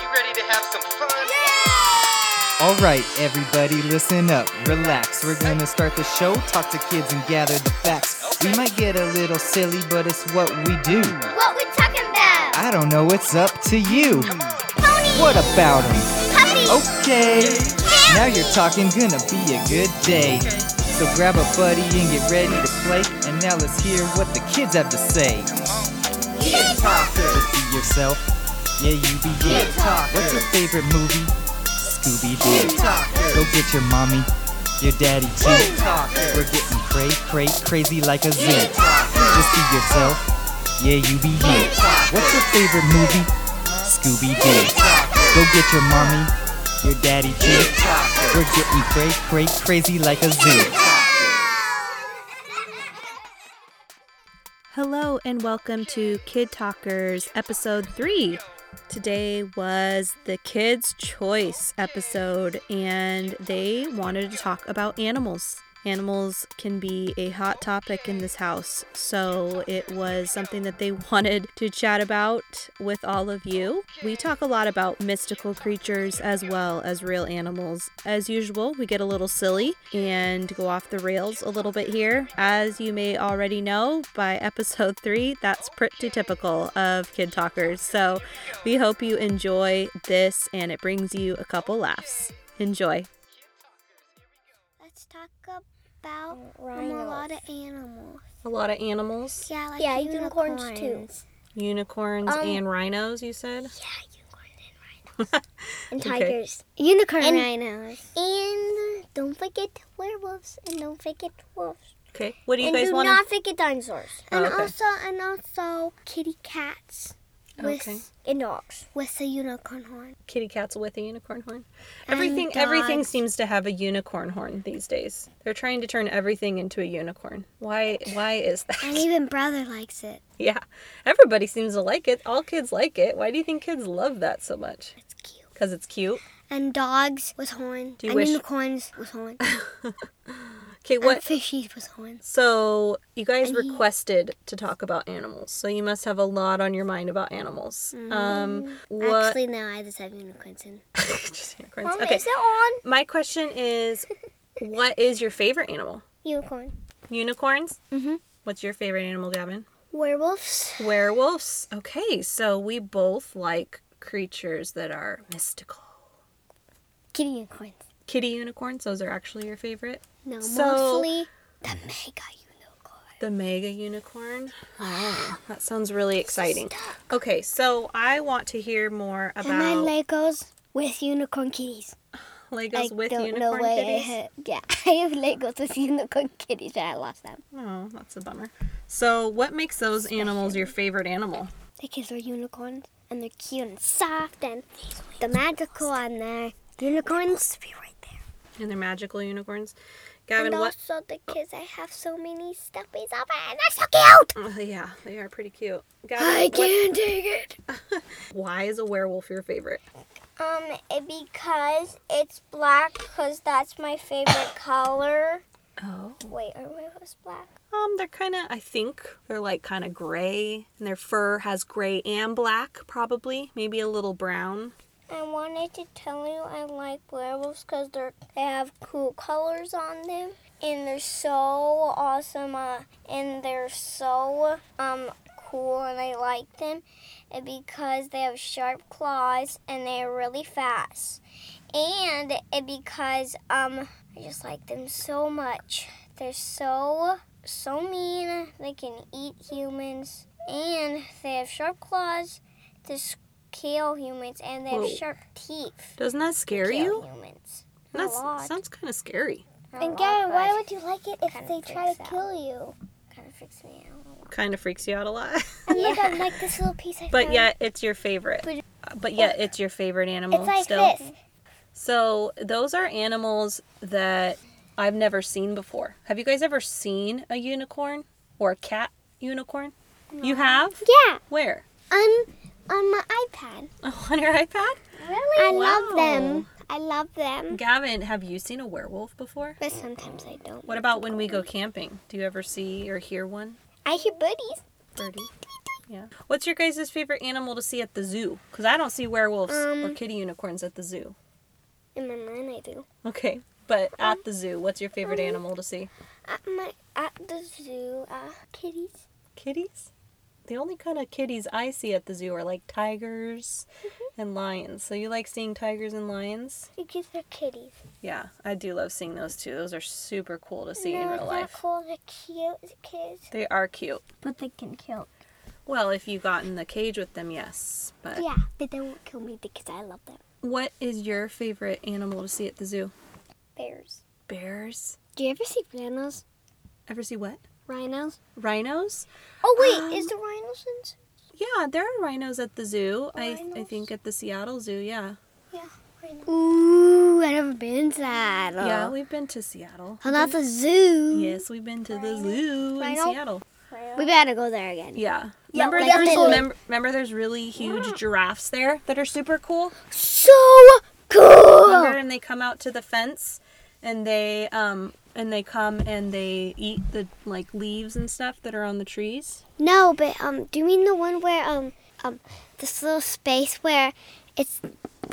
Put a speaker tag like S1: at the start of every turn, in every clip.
S1: have some fun.
S2: All right, everybody, listen up, relax. We're gonna start the show, talk to kids, and gather the facts. We might get a little silly, but it's what we do.
S3: What we talking about?
S2: I don't know what's up to you.
S3: Pony,
S2: What about 'em?
S3: puppy,
S2: Okay, now you're talking, gonna be a good day. So grab a buddy and get ready to play. And now let's hear what the kids have to say.
S3: kid talker,
S2: Be yourself, yeah, you be you. What's your favorite movie? Scooby Doo. Go get your mommy, your daddy too. We're getting cray, cray, crazy like a zoo. Just be yourself. Yeah, you be you. What's your favorite movie? Scooby Doo. Go get your mommy, your daddy too. We're getting cray, cray, crazy like a zoo.
S4: Hello and welcome to Kid Talkers episode 3. Today was the Kids' Choice episode, and they wanted to talk about animals. Animals can be a hot topic in this house, so it was something that they wanted to chat about with all of you. We talk a lot about mystical creatures as well as real animals. As usual, we get a little silly and go off the rails a little bit here. As you may already know by episode three, that's pretty typical of Kid Talkers. So we hope you enjoy this and it brings you a couple laughs. Enjoy.
S5: Let's talk about um, a lot of animals.
S4: A lot of animals,
S5: Yeah, like
S3: Yeah, Um, unicorns
S5: unicorns,
S3: too.
S5: too.
S4: unicorns, and rhinos, you said?
S5: Yeah, unicorns and rhinos.
S3: and
S4: Okay.
S3: tigers.
S5: Unicorn
S3: And-
S5: rhinos.
S3: And don't forget werewolves. And don't forget wolves.
S4: Okay. What do you
S3: and
S4: guys
S3: do
S4: want
S3: not forget dinosaurs.
S4: Oh,
S5: And
S4: okay.
S5: also, and also kitty cats with
S4: Okay.
S3: And dogs.
S5: with a unicorn horn.
S4: kitty cats with a unicorn horn. Everything everything sems to have a unicorn horn these days. They're trying to turn everything into a unicorn. Why why is that?
S5: And even brother likes it.
S4: Yeah. Everybody seems to like it. All kids like it. Why do you think kids love that so much?
S5: It's cute.
S4: Cuz it's cute.
S5: And dogs with horns.
S4: Do you
S5: and
S4: wish-
S5: unicorns with horns.
S4: Okay,
S5: and
S4: what
S5: fishies with horns.
S4: so you guys requested to talk about animals. So you must have a lot on your mind about animals. Um what
S5: Actually, no, I just have unicorns in.
S4: Just unicorns.
S3: Mom,
S4: Okay.
S3: is it on?
S4: My question is what is your favorite animal?
S3: Unicorn.
S4: Unicorns? Mhm. What's your favorite animal, Gavin?
S3: Werewolves.
S4: Werewolves. Okay, so we both like creatures that are mystical.
S3: Kitty unicorns.
S4: Kitty unicorns, those are actually your favorite.
S5: No,
S4: So-
S5: mostly the mega unicorn.
S4: The mega unicorn. Wow, Oh, that sounds really exciting. Okay, so I want to hear more
S3: And my
S4: about
S3: Legos with unicorn kitties.
S4: Legos
S3: I
S4: with
S3: don't
S4: unicorn
S3: know why
S4: kitties.
S3: I have, yeah, I have Legos with unicorn kitties and I lost them.
S4: Oh, that's a bummer. So, what makes those animals your favorite animal?
S3: Because they're unicorns and they're cute and soft and the magical and they're unicorns. To be right there.
S4: And they're magical unicorns.
S3: And,
S4: Gavin, what?
S3: also the kids, I have so many stuffies of it and they're so cute.
S4: Oh, yeah, they are pretty cute.
S3: I
S4: Gavin, what,
S3: can't take it.
S4: why is a werewolf your favorite?
S3: Um, because it's black, because that's my favorite color.
S4: Oh.
S3: Wait, are werewolves black?
S4: Um, they're kind of, I think, they're like kind of gray, and their fur has gray and black, probably, maybe a little brown.
S3: I wanted to tell you I like werewolves because they're they have cool colors on them and they're so awesome uh, and they're so um cool and I like them uh, because they have sharp claws and they're really fast and uh, because um I just like them so much. They're so so mean. They can eat humans and they have sharp claws. They're kill humans and they have
S4: Whoa.
S3: sharp teeth.
S4: Doesn't that scare
S3: kill
S4: you?
S3: humans.
S4: That
S3: a lot.
S4: sounds kind of scary.
S3: And Gavin, why would you like it if
S5: they try to
S3: kill you? Kind of freaks me out.
S4: Kind of freaks you out a lot.
S3: And look, I like this little piece. I
S4: but
S3: found.
S4: yet, it's your favorite. Uh,
S3: But-
S4: But yet, it's your favorite animal
S3: it's like
S4: still.
S3: this.
S4: So, those are animals that I've never seen before. Have you guys ever seen a unicorn or a cat unicorn? You have?
S3: Yeah,
S4: Where?
S3: on on my iPad.
S4: Oh, on your iPad?
S3: Really? I love them.
S4: Wow.
S3: I love them.
S4: Gavin, have you seen a werewolf before?
S3: But sometimes I don't.
S4: What about when we go camping? Do you ever see or hear one?
S3: I hear birdies.
S4: Birdie. Yeah. What's your guys' favorite animal to see at the zoo? Because I don't see werewolves or
S3: Um,
S4: kitty unicorns at the zoo.
S3: In my mind, I do.
S4: Okay. But at the zoo, what's your favorite animal to see?
S3: At my at the zoo, uh, kitties.
S4: Kitties? The only kind of kitties I see at the zoo are like tigers and lions. So you like seeing tigers and lions?
S3: Because they're kitties.
S4: Yeah, I do love seeing those two. Those are super cool to see
S3: no,
S4: in real
S3: they're
S4: life.
S3: cool. They're cute kids.
S4: They are cute.
S5: But they can kill.
S4: Well, if you got in the cage with them, yes. But
S5: Yeah, but they won't kill me because I love them.
S4: what is your favorite animal to see at the zoo?
S3: Bears.
S4: Bears.
S5: Do you ever see rhinos?
S4: Ever see what?
S5: Rhinos?
S4: Rhinos? Um,
S3: Oh wait, is the rhinos in? zoo?
S4: Yeah, there are rhinos at the zoo. I, I
S3: Rhinos?
S4: think at the Seattle Zoo, yeah.
S3: Yeah, rhinos.
S5: Ooh, I've never been to that.
S4: Yeah, we've been to Seattle.
S5: Oh, that's a zoo.
S4: Yes, we've been to the zoo in
S3: Rhino?
S4: Seattle.
S5: We better go there again.
S4: Yeah.
S3: Yeah,
S4: Remember
S3: like
S4: there's
S3: the-
S4: remember, remember there's really huge giraffes there that are super cool?
S5: So cool.
S4: Remember and they come out to the fence and they um and they come and they eat the like leaves and stuff that are on the trees.
S5: No, but um, do you mean the one where um um this little space where it's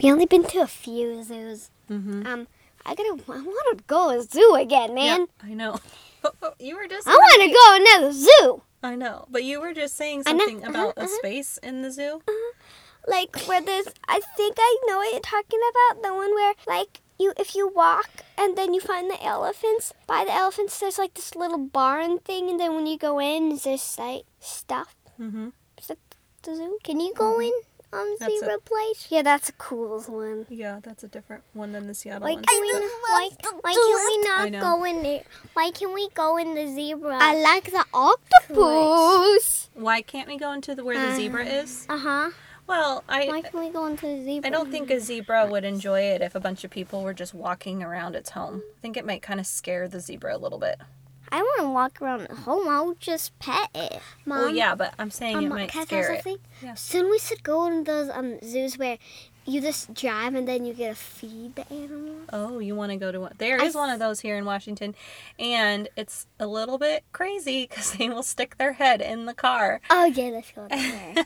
S5: we only been to a few zoos.
S4: Mhm.
S5: Um, I gotta I want to go to a zoo again,
S4: Yeah,
S5: man.
S4: I know. you were just
S5: I want to go another zoo.
S4: I know. But you were just saying
S5: I know,
S4: something about
S5: uh-huh,
S4: a
S5: uh-huh.
S4: space in the zoo.
S5: like where there's I think I know what you're talking about. The one where like you if you walk and then you find the elephants. By the elephants there's like this little barn thing and then when you go in there's like stuff.
S4: Mhm.
S5: Is that the zoo?
S3: Can you go in on
S4: That's
S3: zebra place?
S5: Yeah, that's a cool one.
S4: Yeah, that's a different one than the Seattle
S3: Why
S4: one.
S3: can we why, why can we
S4: I know.
S3: not go in there? Why can we go in the zebra?
S5: I like the octopus.
S4: Why can't we go into the where the zebra is?
S3: uh huh.
S4: Well,
S3: Why
S4: I
S3: can we go into the zebra?
S4: I don't think a zebra would enjoy it if a bunch of people were just walking around its home. I think it might kind of scare the zebra a little bit.
S3: I want to walk around at home. I'll just pet it.
S5: Mom,
S4: well, Oh, yeah, but I'm saying
S5: um,
S4: it might
S5: can I tell
S4: scare it.
S5: something?
S4: Yeah.
S5: Soon we should go in those um zoos where you just drive and then you get to feed the animal.
S4: Oh, you want to go to one? There is one of those here in Washington, and it's a little bit crazy because they will stick their head in the car
S5: Oh yeah, let's go there.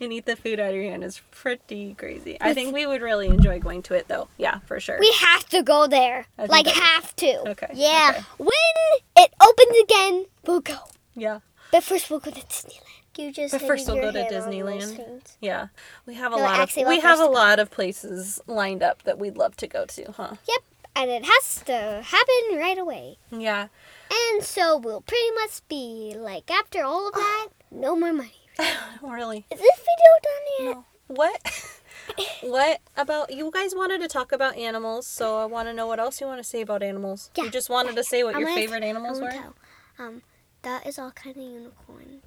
S4: and eat the food out of your hand. It's pretty crazy. I think we would really enjoy going to it though. Yeah, for sure.
S5: We have to go there.
S4: I think
S5: Like
S4: that- Oh,
S5: have to.
S4: Okay,
S5: Yeah.
S4: okay.
S5: When it opens again, we'll go.
S4: yeah.
S5: But first we'll go to Disneyland.
S3: You just.
S4: But
S3: hit
S4: first we'll
S3: your
S4: go to
S3: head on those
S4: Disneyland.
S3: things.
S4: Yeah, we have a
S5: No,
S4: lot of
S5: actually,
S4: we
S5: well,
S4: have a
S5: first-
S4: lot of places lined up that we'd love to go to, huh?
S5: Yep. And it has to happen right away.
S4: Yeah,
S5: And so we'll pretty much be like after all of that, no more money.
S4: really.
S5: Is this video done yet?
S4: What? what about you guys wanted to talk about animals? So I want to know what else you want to say about animals.
S5: Yeah.
S4: You just wanted to say what
S5: I'm
S4: your
S5: gonna-
S4: favorite animals
S5: I
S4: were.
S5: won't tell. Um, that is all kind of unicorns.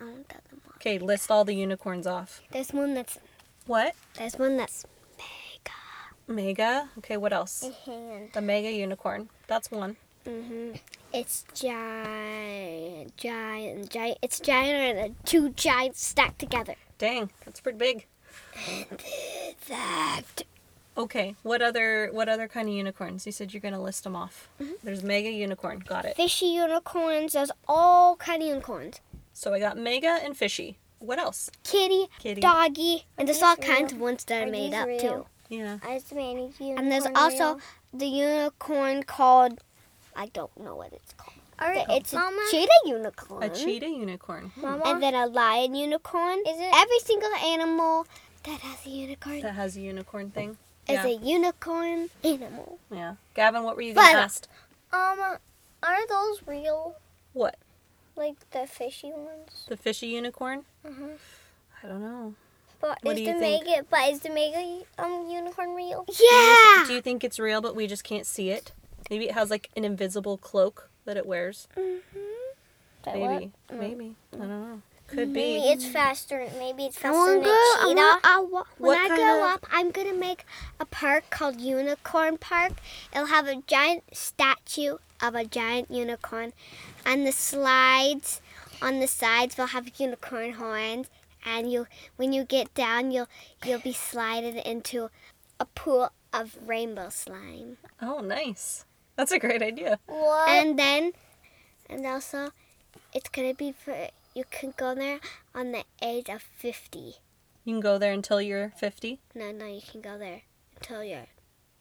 S5: I won't tell them all.
S4: Okay, list all the unicorns off.
S5: There's one that's
S4: What?
S5: there's one that's
S4: Mega. Okay, what else?
S5: hand.
S4: The mega unicorn. That's one.
S5: hmm It's giant, giant, giant. It's giant and two giants stacked together.
S4: Dang, that's pretty big.
S5: That.
S4: Okay, what other what other kind of unicorns? You said you're gonna list them off.
S5: Mm-hmm.
S4: There's mega unicorn. Got it.
S5: Fishy unicorns. There's all kind of unicorns.
S4: So I got mega and fishy. What else?
S5: Kitty,
S4: Kitty.
S5: doggy, and there's
S3: these
S5: all kinds of
S3: real?
S5: ones that are,
S3: Are
S5: made
S3: these
S5: up
S3: real?
S5: too.
S4: Yeah.
S3: As many
S5: And there's
S3: unicorn
S5: also
S3: real.
S5: the unicorn called, I don't know what it's called.
S3: All right,
S5: But it's
S3: Mama.
S5: a cheetah unicorn.
S4: A cheetah unicorn. Hmm.
S3: Mama.
S5: And then a lion unicorn.
S3: Is it-
S5: every single animal that has a unicorn
S4: That has a unicorn thing.
S5: is
S4: Yeah.
S5: a unicorn animal?
S4: yeah. Gavin, what were you gonna
S5: But-
S4: ask?
S3: um, are those real?
S4: What?
S3: Like the fishy ones?
S4: The fishy unicorn?
S3: Uh-huh.
S4: I don't know.
S3: But
S4: What do
S3: is
S4: you
S3: the
S4: think?
S3: mega? But is the mega um unicorn real?
S5: Yeah.
S4: Do you think it's real but we just can't see it? Maybe it has like an invisible cloak that it wears.
S3: But what?
S4: Maybe. Maybe. I don't know. Could
S3: Maybe
S4: be.
S3: it's faster. Maybe it's
S5: I
S3: faster
S5: want
S3: than
S5: to
S3: a
S5: go. I
S3: cheetah.
S5: wanna- I wa- when
S4: What
S5: I
S4: kind
S5: grow
S4: of-
S5: up, I'm gonna make a park called Unicorn Park. It'll have a giant statue of a giant unicorn, and the slides on the sides will have unicorn horns. And you, when you get down, you'll you'll be slided into a pool of rainbow slime.
S4: Oh nice. That's a great idea.
S3: What?
S5: And then, and also, it's gonna be for You can go there on the age of 50.
S4: You can go there until you're 50,
S5: No, no, you can go there until you're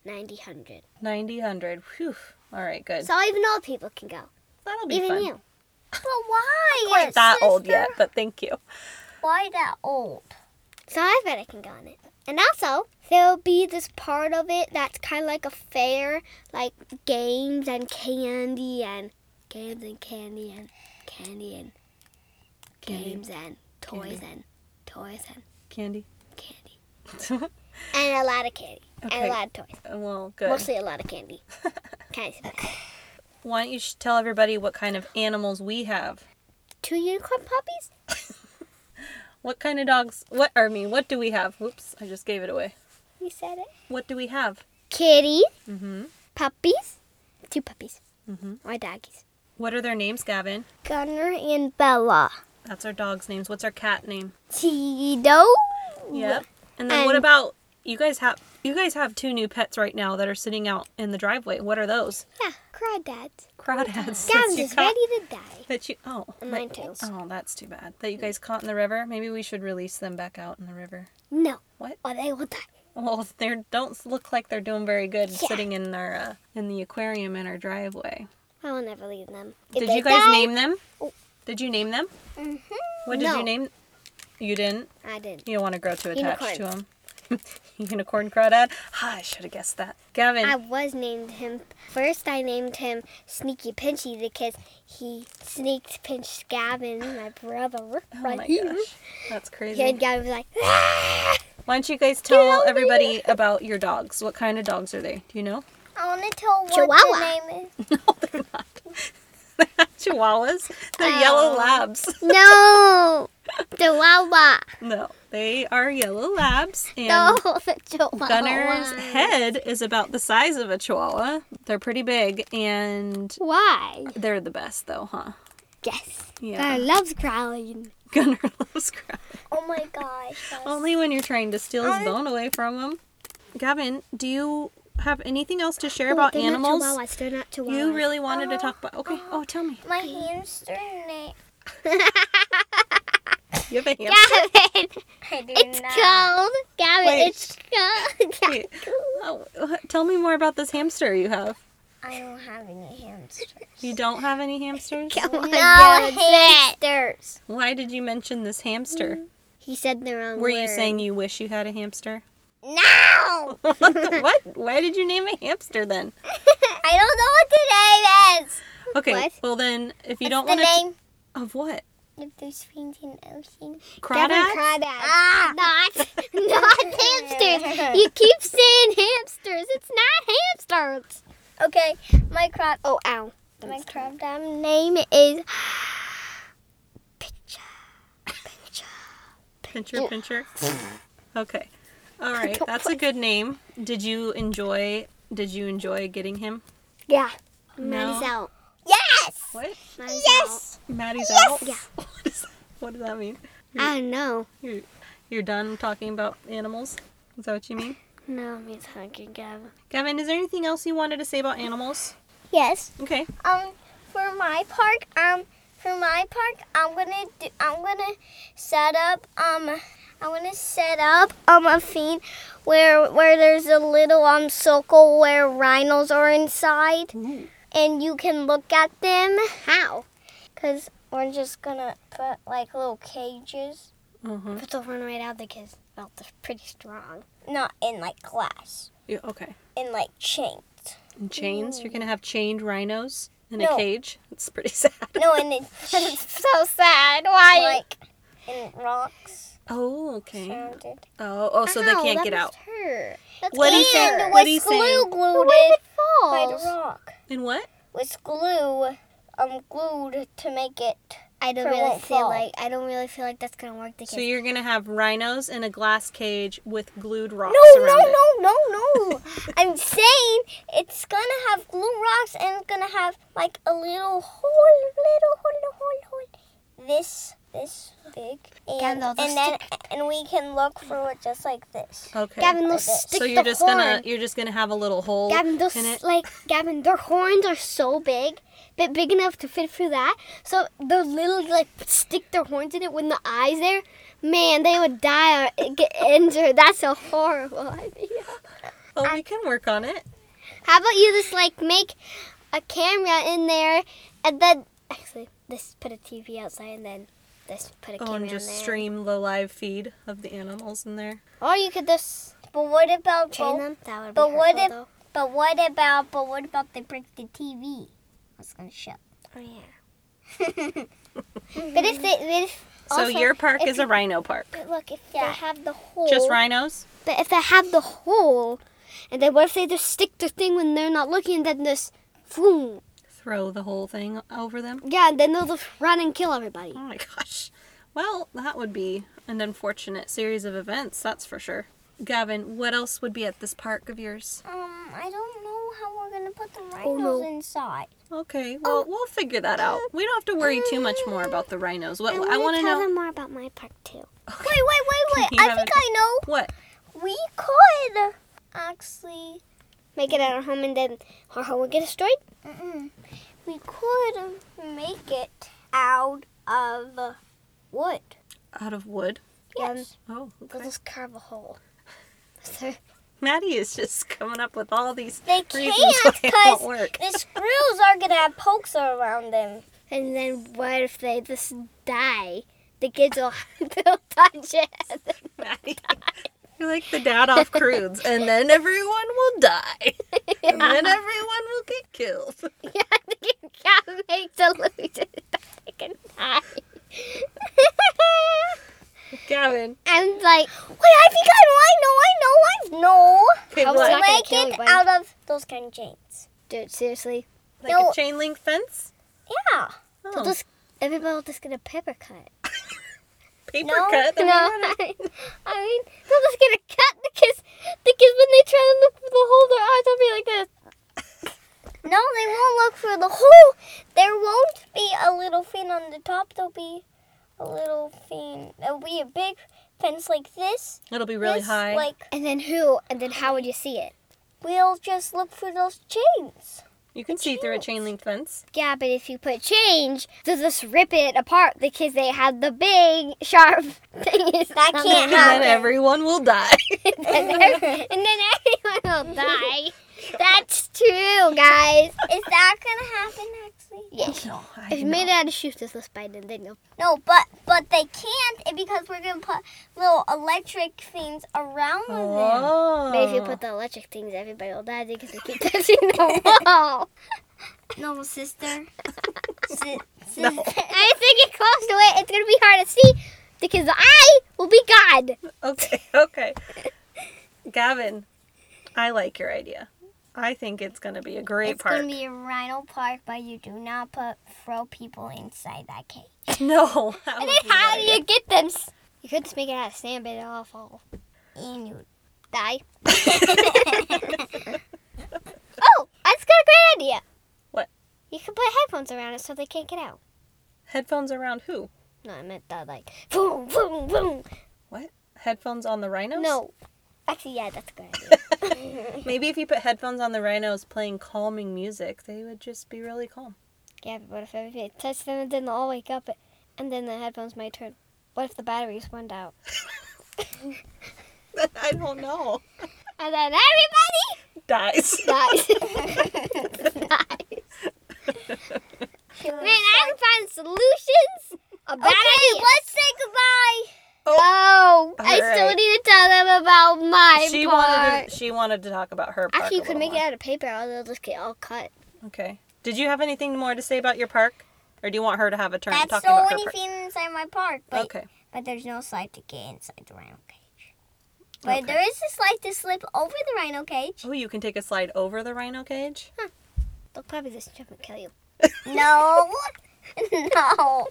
S5: 90, 100.
S4: 90, 100. Whew. All right, good.
S5: So even old people can go.
S4: That'll be
S5: even
S4: fun.
S5: you. But why?
S3: Not
S4: Quite that old yet, but thank you.
S3: Why that old?
S5: So I bet I can go on it. And also, there'll be this part of it that's kind of like a fair, like games and candy and games and candy and candy and games and toys and toys and
S4: Candy.
S5: candy. and a lot of candy. And
S4: Okay.
S5: a lot of toys.
S4: well, good.
S5: Mostly a lot of candy. Kind of
S4: Why don't you sh- tell everybody what kind of animals we have?
S5: Two unicorn puppies?
S4: What kind of dogs? What, or I mean, what do we have? Whoops, I just gave it away.
S5: You said it.
S4: What do we have?
S5: Kitty.
S4: Mm-hmm.
S5: Puppies. Two puppies.
S4: Mhm.
S5: Or doggies.
S4: What are their names, Gavin?
S5: Gunner and Bella.
S4: That's our dog's names. What's our cat name?
S5: Tito.
S4: Yep. And then what
S5: And-
S4: about you guys have you guys have two new pets right now that are sitting out in the driveway. What are those?
S5: Yeah, crawdads.
S4: Crawdads. that
S5: Dad's
S4: you
S5: just
S4: caught-
S5: ready to die.
S4: That you oh
S5: And
S4: that-
S5: mine too.
S4: Oh, that's too bad. That you guys caught in the river. Maybe we should release them back out in the river.
S5: No,
S4: What?
S5: or they will die.
S4: Well, they are don't look like they're doing very good
S5: Yeah.
S4: sitting in our uh, in the aquarium in our driveway.
S5: I will never leave them.
S4: Did you guys name them? Did you name them?
S5: Oh. Mm-hmm.
S4: What did you name? You didn't.
S5: I didn't.
S4: You don't want to grow too attached to 'em.
S5: Unicorn.
S4: to them. Unicorn crawdad. Ah, I should have guessed that. Gavin. Oh
S5: I was named him. First, I named him Sneaky Pinchy because he sneaked pinched Gavin, my brother.
S4: Oh
S5: right
S4: my
S5: here.
S4: gosh, that's crazy.
S5: And Gavin was like, "Ah!"
S4: Why don't you guys tell everybody about your dogs? What kind of dogs are they? Do you know?
S3: I want to tell what
S5: Chihuahua.
S3: the name is.
S4: No, they're not. They're not Chihuahuas. They're
S5: Um,
S4: yellow labs.
S5: no, Chihuahua.
S4: No, they are yellow labs. And
S5: No, the Chihuahua.
S4: Gunner's head is about the size of a Chihuahua. They're pretty big, and
S5: Why?
S4: they're the best, though, huh?
S5: Yes.
S4: Yeah.
S5: Gunner loves growling.
S4: Gunner loves crap.
S3: Oh my gosh.
S5: Oh.
S3: that's-
S4: Only when you're trying to steal his bone away from him. Oh, Gavin, do you have anything else to share about
S5: they're
S4: animals?
S5: Not chihuahuas. They're not chihuahuas.
S4: You really wanted to talk about. Okay. Oh, tell me.
S3: My hamster name.
S4: You have a hamster.
S5: Gavin,
S3: I do
S5: it's
S3: not.
S5: cold. Gavin,
S4: Wait.
S5: it's cold.
S4: Wait. Oh, wh- tell me more about this hamster you have.
S3: I don't have any hamsters.
S4: You don't have any hamsters?
S5: Come on,
S3: No
S5: Gavin, say it.
S3: hamsters.
S4: Why did you mention this hamster?
S5: He said the wrong
S4: Were
S5: word.
S4: you saying you wish you had a hamster?
S3: No!
S4: what? the- what? Why did you name a hamster then?
S3: I don't know what the name is.
S4: Okay.
S5: What?
S4: Well then, if you
S3: It's
S4: don't
S3: the
S4: want
S3: name
S4: to of what
S3: of those things in ocean.
S5: Gavin
S4: crawdad?
S5: crawdad?
S3: Ah!
S5: Not, not hamsters. You keep saying hamsters. It's not hamsters.
S3: Okay, my crop.
S5: Oh, ow.
S3: My crop down.
S5: Name is Pitcher. Pitcher.
S4: pincher, pincher.
S3: Mm-hmm.
S4: okay. All right. That's a good name. Did you enjoy? Did you enjoy getting him?
S5: Yeah.
S4: No.
S5: Maddie's out.
S3: Yes!
S4: What?
S5: Maddie's
S3: Yes!
S4: Maddie's out.
S5: Yeah.
S4: What, is, what does that mean?
S5: out. I don't know.
S4: You're, you're done talking about animals? Is that what you mean?
S5: No, me talking, Gavin.
S4: Gavin, is there anything else you wanted to say about animals?
S3: Yes.
S4: Okay.
S3: Um, for my park, um, for my park, I'm gonna do, I'm gonna set up, um, I'm gonna set up, um, a thing where where there's a little um circle where rhinos are inside, and you can look at them.
S5: How?
S3: Cause we're just gonna put like little cages,
S4: Uh-huh.
S5: But they'll run right out because, well, they're pretty strong.
S3: not in like glass,
S4: Yeah, okay.
S3: in like chains.
S4: And chains? You're going to have chained rhinos in a
S3: No.
S4: cage? It's pretty sad.
S3: No, and it's
S5: So sad. Why?
S3: like in rocks
S4: Oh, okay.
S3: surrounded.
S4: Oh, oh, so they
S5: Ow,
S4: can't
S5: that
S4: get out.
S5: must Hurt. That's
S4: What do you say?
S5: weird.
S3: And
S4: What
S3: with
S4: do you
S3: glue
S4: saying?
S5: But
S3: glued
S5: what if
S3: it
S5: it
S3: by the
S5: falls?
S3: rock.
S4: And what?
S3: With glue, um, glued to make it.
S5: I don't
S3: For
S5: really
S3: what
S5: feel
S3: fall?
S5: like I don't really feel like that's gonna work. Because
S4: So you're going to have rhinos in a glass cage with glued rocks
S3: No,
S4: around
S3: no,
S4: it.
S3: no, no, no. I'm saying it's gonna have glue rocks and it's gonna have like a little hole, little hole, hole, hole. This this big, and,
S5: Gavin, they'll
S3: and then and we can look through it just like this.
S4: Okay.
S5: Gavin, they'll
S3: Okay.
S5: stick
S4: so you're
S5: the
S4: just
S5: horn.
S4: gonna you're just gonna have a little hole
S5: Gavin, those
S4: in it.
S5: like Gavin, their horns are so big, but big enough to fit through that. So they'll literally like stick their horns in it with the eyes there. Man, they would die or get injured. That's a horrible idea.
S4: oh, we can work on it.
S5: How about you just like make a camera in there, and then actually, this put a TV outside, and then this put a
S4: Oh,
S5: camera
S4: and just
S5: in there.
S4: stream the live feed of the animals in there.
S5: Or you could just
S3: But what about
S5: train
S3: both-
S5: them. That would be
S3: But what
S5: hurtful, though.
S3: if- But what about? But what about they break the TV? What's gonna show?
S5: Oh yeah. but if they, but if also,
S4: so your park
S5: if
S4: is a rhino park.
S5: But look, if
S3: Yeah.
S5: they have the hole,
S4: Just rhinos.
S5: But if they have the hole, and then what if they just stick the thing when they're not looking, and then just, boom,
S4: Throw the whole thing over them.
S5: yeah, and then they'll just run and kill everybody.
S4: Oh my gosh. Well, that would be an unfortunate series of events, that's for sure. Gavin, what else would be at this park of yours?
S3: Um, I don't know how we're gonna put the rhinos
S5: no.
S3: inside.
S4: Okay,
S5: Oh.
S4: well, we'll figure that out. We don't have to worry too much more about the rhinos. What I want to
S5: tell
S4: know
S5: them more about my park too.
S3: Wait, wait, wait,
S4: You
S3: wait! I
S4: haven't-
S3: think I
S4: what?
S3: know. We could actually.
S5: Make it at our home, and then our home will get destroyed.
S3: Mm-mm. We could make it out of wood. Um,
S4: Out of wood?
S5: Yes.
S4: Oh,
S5: They'll
S4: okay.
S5: just carve a hole. So-
S4: Maddie is just coming up with all these
S3: They
S4: reasons why it won't
S3: can't because
S4: work.
S3: the screws are gonna have pokes around them.
S5: And then what if they just die? The kids will they'll touch it.
S4: Maddie. You're like the dad off crudes, and then everyone will die. And then everyone will get killed.
S5: Yeah, I think it got me deluded. I can die.
S4: Gavin.
S5: I'm like,
S3: Wait, I think I know. I know. I know.
S4: Okay,
S5: I was
S4: what?
S5: not gonna
S3: Make
S5: kill
S3: it
S5: anybody.
S3: out of those kind of chains.
S5: dude, seriously.
S4: Like
S3: No.
S4: a chain link fence?
S3: Yeah.
S5: They'll
S4: Oh,
S5: just everybody will just get a paper cut.
S4: paper
S3: no,
S4: cut.
S5: No,
S4: I mean,
S5: I mean they'll just get a cut because because when they try to look for the hole, their eyes will be like this.
S3: No, they won't look for the hole. There won't be a little fin on the top. There'll be a little fin. There'll be a big fence like this.
S4: It'll be really
S3: this,
S4: high.
S3: Like
S5: And then who? And then how would you see it?
S3: we'll just look for those chains.
S4: you can see through a chain link fence.
S5: Yeah, but if you put change, they'll just rip it apart because they had the big sharp thing.
S3: That can't
S4: And then
S3: happen.
S4: everyone will die.
S5: and, then- and then everyone will die. That's true, guys.
S3: Is that gonna happen actually?
S5: Yes.
S4: no, I
S5: If you made it out of shoes, this will spider, then you'll.
S3: No, but but they can't eh, because we're gonna put little electric things around them.
S4: Oh.
S5: But if you put the electric things, everybody will die because they keep touching the wall.
S3: No, sister. Si-
S4: No.
S5: And if they get close to it, it's gonna be hard to see because the eye will be God.
S4: Okay, okay. Gavin, I like your idea. I think it's going to be a great
S3: It's
S4: park.
S3: gonna be a rhino park, but you do not put throw people inside that cage.
S4: No. that would be
S5: How
S4: not
S5: do
S4: a
S5: you get them? s- You could just make it out of sand, but it'll all fall.
S3: And you
S5: Die. oh, I just got a great idea.
S4: What?
S5: You could put headphones around it so they can't get out.
S4: Headphones around who?
S5: No, I meant that like boom, boom, boom.
S4: What? Headphones on the rhinos?
S5: No. Actually, yeah, that's a good idea.
S4: Maybe if you put headphones on the rhinos playing calming music, they would just be really calm.
S5: Yeah, but what if everybody touched them and then they'll all wake up and then the headphones might turn? What if the batteries went out?
S4: I don't know.
S5: And then everybody
S4: Dies.
S5: dies. dies. Man, I can find solutions. A bad idea. let's say goodbye. Oh, I still
S4: Alright.
S5: need to tell them about my
S4: she
S5: part.
S4: wanted to, she wanted to talk about her park.
S5: Actually,
S4: a
S5: you could
S4: little
S5: make it
S4: more.
S5: out of paper, or they'll just get all cut.
S4: Okay. Did you have anything more to say about your park, or do you want her to have a turn at
S3: That's
S4: talking
S3: so
S4: about her
S3: many
S4: park?
S3: feet inside my park, but
S4: okay.
S3: but there's no slide to get inside the rhino cage. But
S4: Okay.
S3: there is a slide to slip over the rhino cage.
S4: Oh, you can take a slide over the rhino cage.
S5: They'll probably just jump and kill you.
S3: No, no,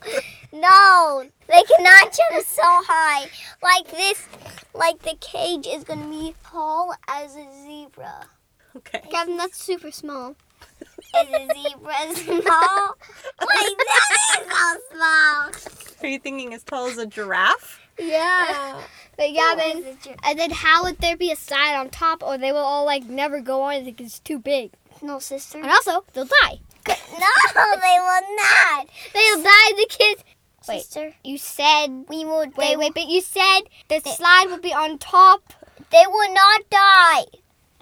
S3: no! They cannot jump so high like this. Like the cage is gonna be tall as a zebra.
S4: Okay.
S5: Gavin, that's super small.
S3: Is a zebra small? Like that is how small.
S4: Are you thinking as tall as a giraffe?
S5: Yeah. But yeah, then and then how would there be a side on top, or they will all like never go on it because it's too big.
S3: No, sister.
S5: And also, they'll die.
S3: No, they will not.
S5: They'll die. The kids. Wait.
S3: Sister,
S5: You said.
S3: we will.
S5: Wait,
S3: they,
S5: wait. But you said the slide would be on top.
S3: They will not die.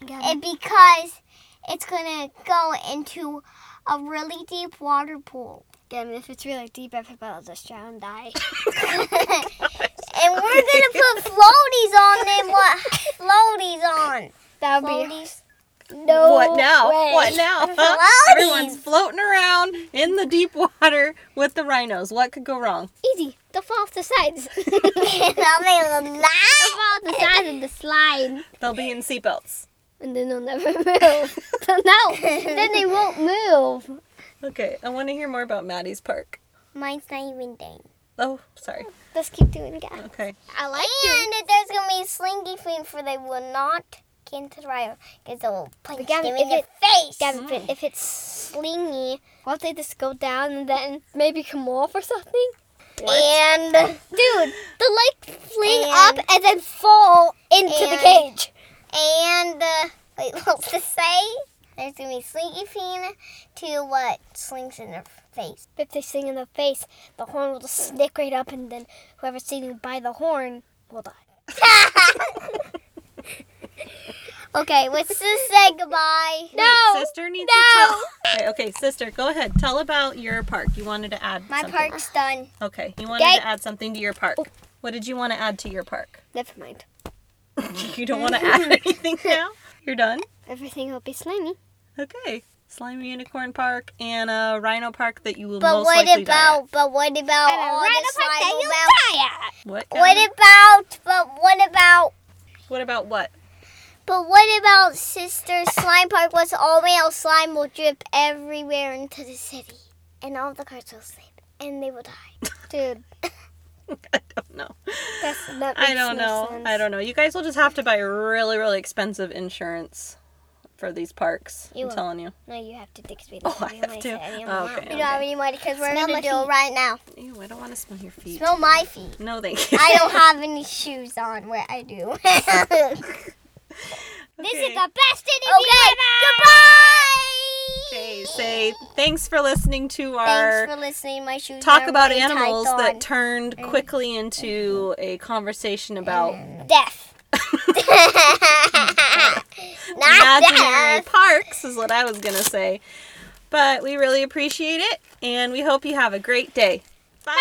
S5: Yeah.
S3: And because it's gonna go into a really deep water pool.
S5: Again, if it's really deep, everybody'll just drown and die.
S3: and we're gonna put floaties on them. What floaties on?
S5: That would be.
S3: Floaties. No.
S4: what now?
S3: way.
S4: What now? huh?
S3: Floaties.
S4: Everyone's floating around in the deep water with the rhinos. What could go wrong?
S5: Easy. They'll fall off the sides. they'll
S3: no, they will not.
S5: fall off the sides of the slide.
S4: They'll be in seatbelts.
S5: And then they'll never move. no, then they won't move.
S4: Okay, I want to hear more about Maddie's park.
S3: Mine's not even dang.
S4: Oh, sorry.
S3: Let's keep doing that.
S4: Okay.
S5: I like
S3: And if there's gonna be a slinky thing for they will not get into the rider because they will punch
S5: Gavin,
S3: them
S5: if
S3: in the
S5: it-
S3: face.
S5: Gavin, but if it's slingy, won't they just go down and then maybe come off or something?
S3: And
S5: Dude, they'll like fling
S3: And-
S5: up and then fall into the
S3: and-
S5: cage.
S3: and uh, wait, what's to say? There's gonna be slinky thing to what slings in their face.
S5: If they sing in the face, the horn will just snick right up and then whoever's singing by the horn will die.
S3: okay, what's to say goodbye?
S4: Wait, sister needs
S3: No.
S4: to tell. Okay, okay, sister, go ahead. Tell about your park. You wanted to add
S3: My
S4: something.
S3: park's done.
S4: Okay, you wanted
S5: Okay.
S4: to add something to your park. What did you want to add to your
S5: Oh.
S4: park?
S5: Never mind.
S4: you don't want to add anything now? You're done?
S5: Everything will be slimy.
S4: Okay. Slimy Unicorn Park and a Rhino Park that you will
S3: But
S4: most
S3: what
S4: likely die at.
S3: about but what about
S5: And a
S3: all
S5: rhino
S3: the
S5: park that
S3: slime
S5: you
S3: about
S4: What?
S3: What
S4: Gavin?
S3: about but what about
S4: what about what?
S3: But what about Sister Slime Park? Was all male slime will drip everywhere into the city, and all the cars will slip, and they will die.
S5: Dude,
S4: I don't know.
S5: that's, Oh, that makes
S4: I don't
S5: no
S4: know.
S5: sense.
S4: I don't know. You guys will just have to buy really, really expensive insurance for these parks.
S5: You
S4: I'm
S5: will.
S4: telling you.
S5: No, you have to take because we
S4: Oh,
S5: don't
S4: I have to.
S3: We
S4: Okay.
S3: don't have
S4: okay.
S3: any money because we're
S5: Smell
S3: gonna
S5: my
S3: do
S5: feet.
S3: it right now.
S4: Ew, I don't want to smell your feet.
S3: Smell my feet.
S4: No, thank you.
S3: I don't have any shoes on. Where I do.
S5: This
S4: Okay.
S5: is the best interview
S3: okay. Goodbye.
S4: Okay, say thanks for listening to our
S3: Thanks for listening. My shoes.
S4: talk
S3: are
S4: about
S3: really tight
S4: animals that
S3: on.
S4: turned quickly into a conversation about
S3: death. Not
S4: imaginary
S3: death.
S4: parks is what I was gonna say. But we really appreciate it and we hope you have a great day.
S3: Bye.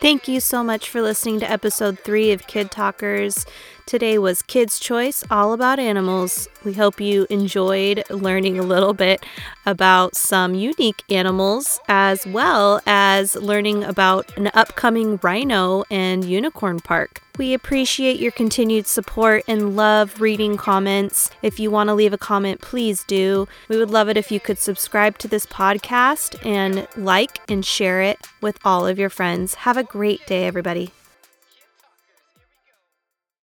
S4: Thank you so much for listening to episode three of Kid Talkers. Today was Kids' Choice, all about animals. We hope you enjoyed learning a little bit about some unique animals, as well as learning about an upcoming rhino and unicorn park. We appreciate your continued support and love reading comments. If you want to leave a comment, please do. We would love it if you could subscribe to this podcast and like and share it with all of your friends. Have a great day, everybody.